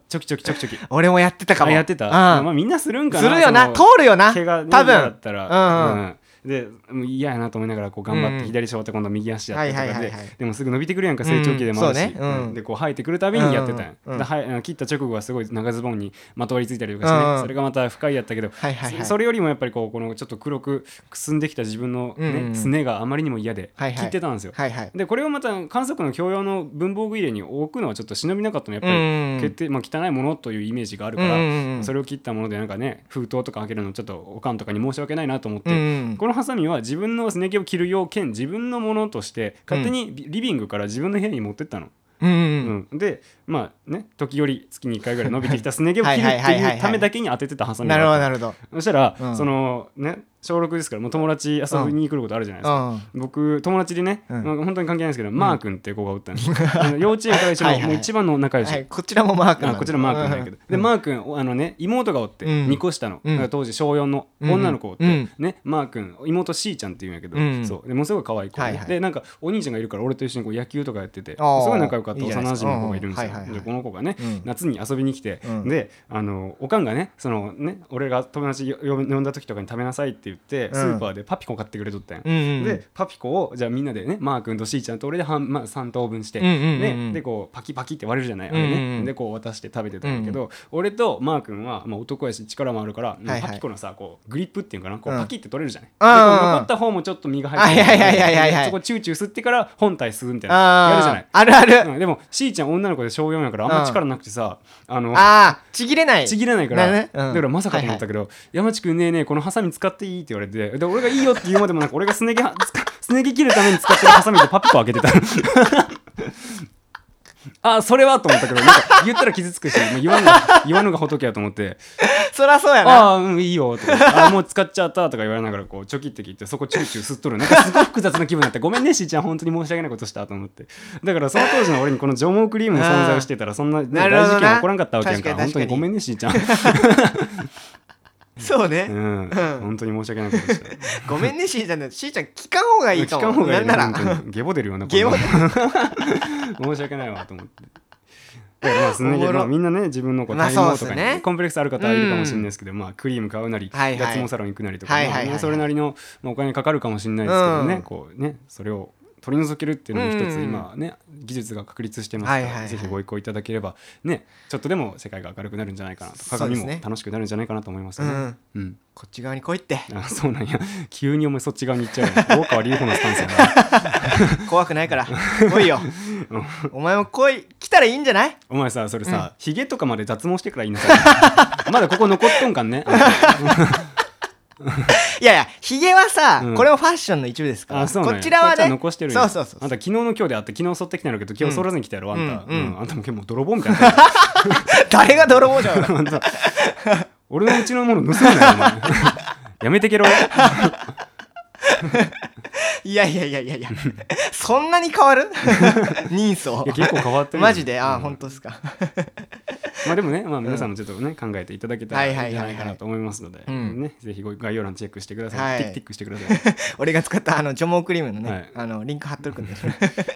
A: ちょきちょきちょきちょき
B: 俺もやってたかも
A: あやってた、
B: うん
A: まあ、みんなするんか
B: す
A: な
B: るよな通
A: その
B: るよな
A: 毛がね
B: 多
A: 嫌だっ
B: 分
A: た
B: う
A: ら、
B: ん
A: うんでもう嫌やなと思いながらこう頑張っ
B: うん
A: て左足をって今度右足やってと
B: はい
A: か
B: はい
A: で
B: はいはい
A: でもすぐ伸びてくるやんか成長期でもあるし、
B: うんそうねうん
A: でこう生えてくるたびにやってたんや、
B: うんうん
A: ではえ切った直後はすごい長ズボンにまとわりついたりとかしてね、
B: うん
A: それがまた深いやったけど、
B: はいはいはい
A: そそれよりもやっぱりこうこのちょっと黒くくすんできた自分のね、
B: うんうん
A: すねがあまりにも嫌で
B: はいはい
A: 切ってたんですよ、
B: はいはい
A: でこれをまた観測の共用の文房具入れに置くのはちょっと忍びなかったのやっぱ
B: うんうん
A: り決定、まあ、汚いものというイメージがあるから、
B: うんうんうん
A: それを切ったものでなんかね封筒とか開けるのちょっとおかんとかに申し訳ないなと思って、
B: うんうん
A: このハサミは自分のすね毛を切る用兼自分のものとして勝手にリビングから自分の部屋に持ってったの。
B: うんうんうん
A: うん、でまあね時折月に1回ぐ らい伸びてきたすね毛を切るって
B: はいはいはいはい
A: い
B: はいう
A: ためだけに当ててたハサミ
B: なるほど
A: があ
B: な
A: っ
B: るほど
A: たそしたら、
B: うん
A: そのね小6ですからもう友達遊びに来ることあるじゃないですか、
B: うん
A: 僕友達でね、
B: うん
A: まあ本当に関係ないですけど、マー君っていう子がおったんです よあの幼稚園から一緒の
B: はいはい
A: もう一番の仲良し、
B: はい、こちらもマークなん
A: あ
B: だ
A: こちらマー君なんやけど、でマー君おあのね妹がおって、
B: うん
A: 2個下の、
B: うん
A: だから当時小4の女の子おって、
B: うん
A: ねマー君妹しーちゃんっていうんやけど、
B: うん
A: そうでものすごい可愛い子で、
B: はいはい
A: でなんかお兄ちゃんがいるから俺と一緒にこう野球とかやっててす
B: あー
A: ごい仲良かった
B: いいじゃない
A: 幼
B: で
A: 馴
B: す
A: 染
B: か
A: の子がいるんですよ
B: うんうんはいはいは
A: で
B: い
A: この子がね、
B: うん
A: 夏に遊びに来て、
B: うん
A: であのおかんがねそのね俺が友達よ呼んだ時とかに食べなさいって言って、
B: ん
A: スーパーでパピコ買ってくれとったんや、
B: うんうん
A: でパピコをじゃあみんなでねマー君としーちゃんと俺で半、まあ、3等分して、
B: うんうんうんうん
A: ででこうパキパキって割れるじゃないあれね、
B: うんうんうん
A: でこう渡して食べてたんだけど、俺とマー君は、まあ、男やし力もあるから、
B: はい
A: パピコのさこうグリップっていうのかなこう
B: うん
A: パキって取れるじゃない、
B: うんうんうん
A: でこう残った方もちょっと身が入ってる
B: はいはいはいはいはい
A: そこチューチュー吸ってから本体吸うみたいなやるじゃな
B: あ
A: い
B: ー、あるある、
A: うんでもしーちゃん女の子で小4やからあんま力なくてさ、あの
B: ああちぎれない
A: ちぎれないから、
B: だねうん
A: だからまさかと思ったけど、山地君ねえねえこのハサミ使っていいって言われてで俺がいいよって言うまでもなく俺がすね毛はつかすね毛切るために使ってるハサミでパピコ開けてた あそれはと思ったけどなんか言ったら傷つくしもう言わぬが言わぬが仏やと思って
B: そらそうやな
A: ああうんいいよとかあもう使っちゃったとか言われながらこうチョキって切ってそこチューチュー吸っとるなんかすごい複雑な気分になってごめんねしーちゃん本当に申し訳ないことしたと思ってだからその当時の俺にこの除毛クリームの存在をしてたらそんな,、ね、
B: な
A: 大
B: るほどな
A: 事件は起こらんかったわけやんか
B: 確かに
A: 本当
B: 確か
A: に
B: に
A: ごめんねしーちゃん
B: そうね、
A: うん、本当に申し訳ないことで した。
B: ごめんねしーちゃんしーちゃん聞かん方がいいかも
A: 聞かん方がいいね
B: なんな
A: 本
B: ら
A: 当にゲボ出るような
B: ゲボ出る
A: 申し訳ないわと思って。だからまあすね
B: おも
A: 毛
B: ろ
A: まあみんなね自分のこう
B: まあ
A: 体毛と
B: そう
A: かに、
B: っすね
A: コンプレックスある方はいるかもしれないですけど、まあクリーム買うなり、
B: はいはい
A: 脱毛サロン行くなりとか、
B: はいはいはいはい
A: まあねそれなりの、まあ、お金かかるかもしれないですけどね、
B: うん
A: こうねそれを取り除けるっていうのも一
B: うん
A: つ
B: うん
A: 今ね、技術が確立してますから、
B: はいはいはい
A: ぜひご意向いただければねちょっとでも世界が明るくなるんじゃないかなと
B: そう
A: 鏡
B: です
A: も
B: ね
A: 楽しくなるんじゃないかなと思いますよね。
B: うん
A: うん
B: こっち側に来いって
A: あそうなんや急にお前そっち側に行っちゃうや ん大川隆法のスタンスやな
B: 怖くないから来いよお前も来い来たらいいんじゃない
A: お前さそれさひげ、髭とかまで脱毛してから言いなさい まだここ残っとんかんね
B: いやいやひげはさ、
A: うん
B: これもファッションの一部ですから
A: あそうなん
B: こ
A: や
B: ちらは
A: こっち
B: ね
A: 残してるんや
B: そうそうそう
A: あんた昨日の今日であって昨日剃ってきたんだけど今日剃らずに来たやろ、あんた、
B: うんうん
A: あんたも結構泥棒みたいな
B: 誰が泥棒じゃん
A: あんた俺のうちのもの盗むなよお前 やめてけ ろ
B: いやいやいやいやいやそんなに変わる 人相
A: いや結構変わってるよ
B: マジであ
A: う
B: あ
A: ん
B: 本当ですか
A: まあでもね、まあ、皆さんもちょっとね、考えていただけたら
B: はい
A: い
B: いは
A: ん
B: いはい
A: じゃ
B: はい
A: ないかなと思いますので、
B: うん
A: ね、ぜひご概要欄チェックしてください、
B: は
A: テ
B: い
A: ィックティックしてください
B: 俺が使ったあの除毛クリームのね、
A: はい
B: あのリンク貼っ とくんで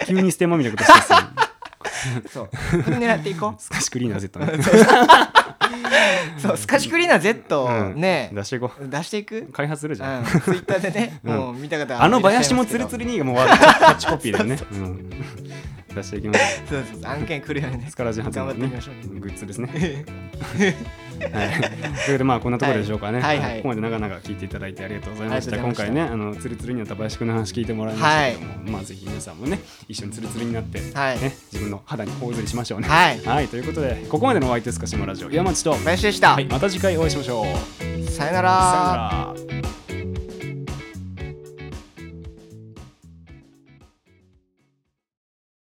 A: 急に捨てまみれなことして ますね
B: そうそれ狙っていこ
A: スカシクリーナー Z ね。
B: うそうスカシクリーナー Z を
A: うん
B: ね、
A: 出していこ
B: 出していく、う
A: う。
B: ん、ツイ
A: 開発するじゃん。
B: ッターでね、
A: うん
B: もう見た方は
A: あの林もつるつるにがもうワードキャッチコピーでね。うん出していきましょう。
B: そうそうそう案件来るよね
A: スカラジン発
B: 頑張
A: の
B: ってい
A: ね
B: きましょう、
A: グッズですね。 はいということでまあこんなところでしょうかね。
B: はいはいはい
A: ここまで長々聞いていただいてありがとうございまし
B: あ
A: た。
B: り
A: 今
B: がとうござい
A: 回
B: まし
A: ね、
B: た
A: あのつるつるになった林くんの話聞いてもらいましたけども、まあぜひ皆さんもね、一緒につるつるになって、
B: はい
A: ね、自分の肌に頬ずりしましょうね。
B: はい
A: はい、ということで、ここまでのお相手ですか、島ラジオ、山地と、
B: 林でした、
A: はい、また次回お会いしましょう。
B: さ
A: さ
B: よな
A: よ
B: ら
A: なら。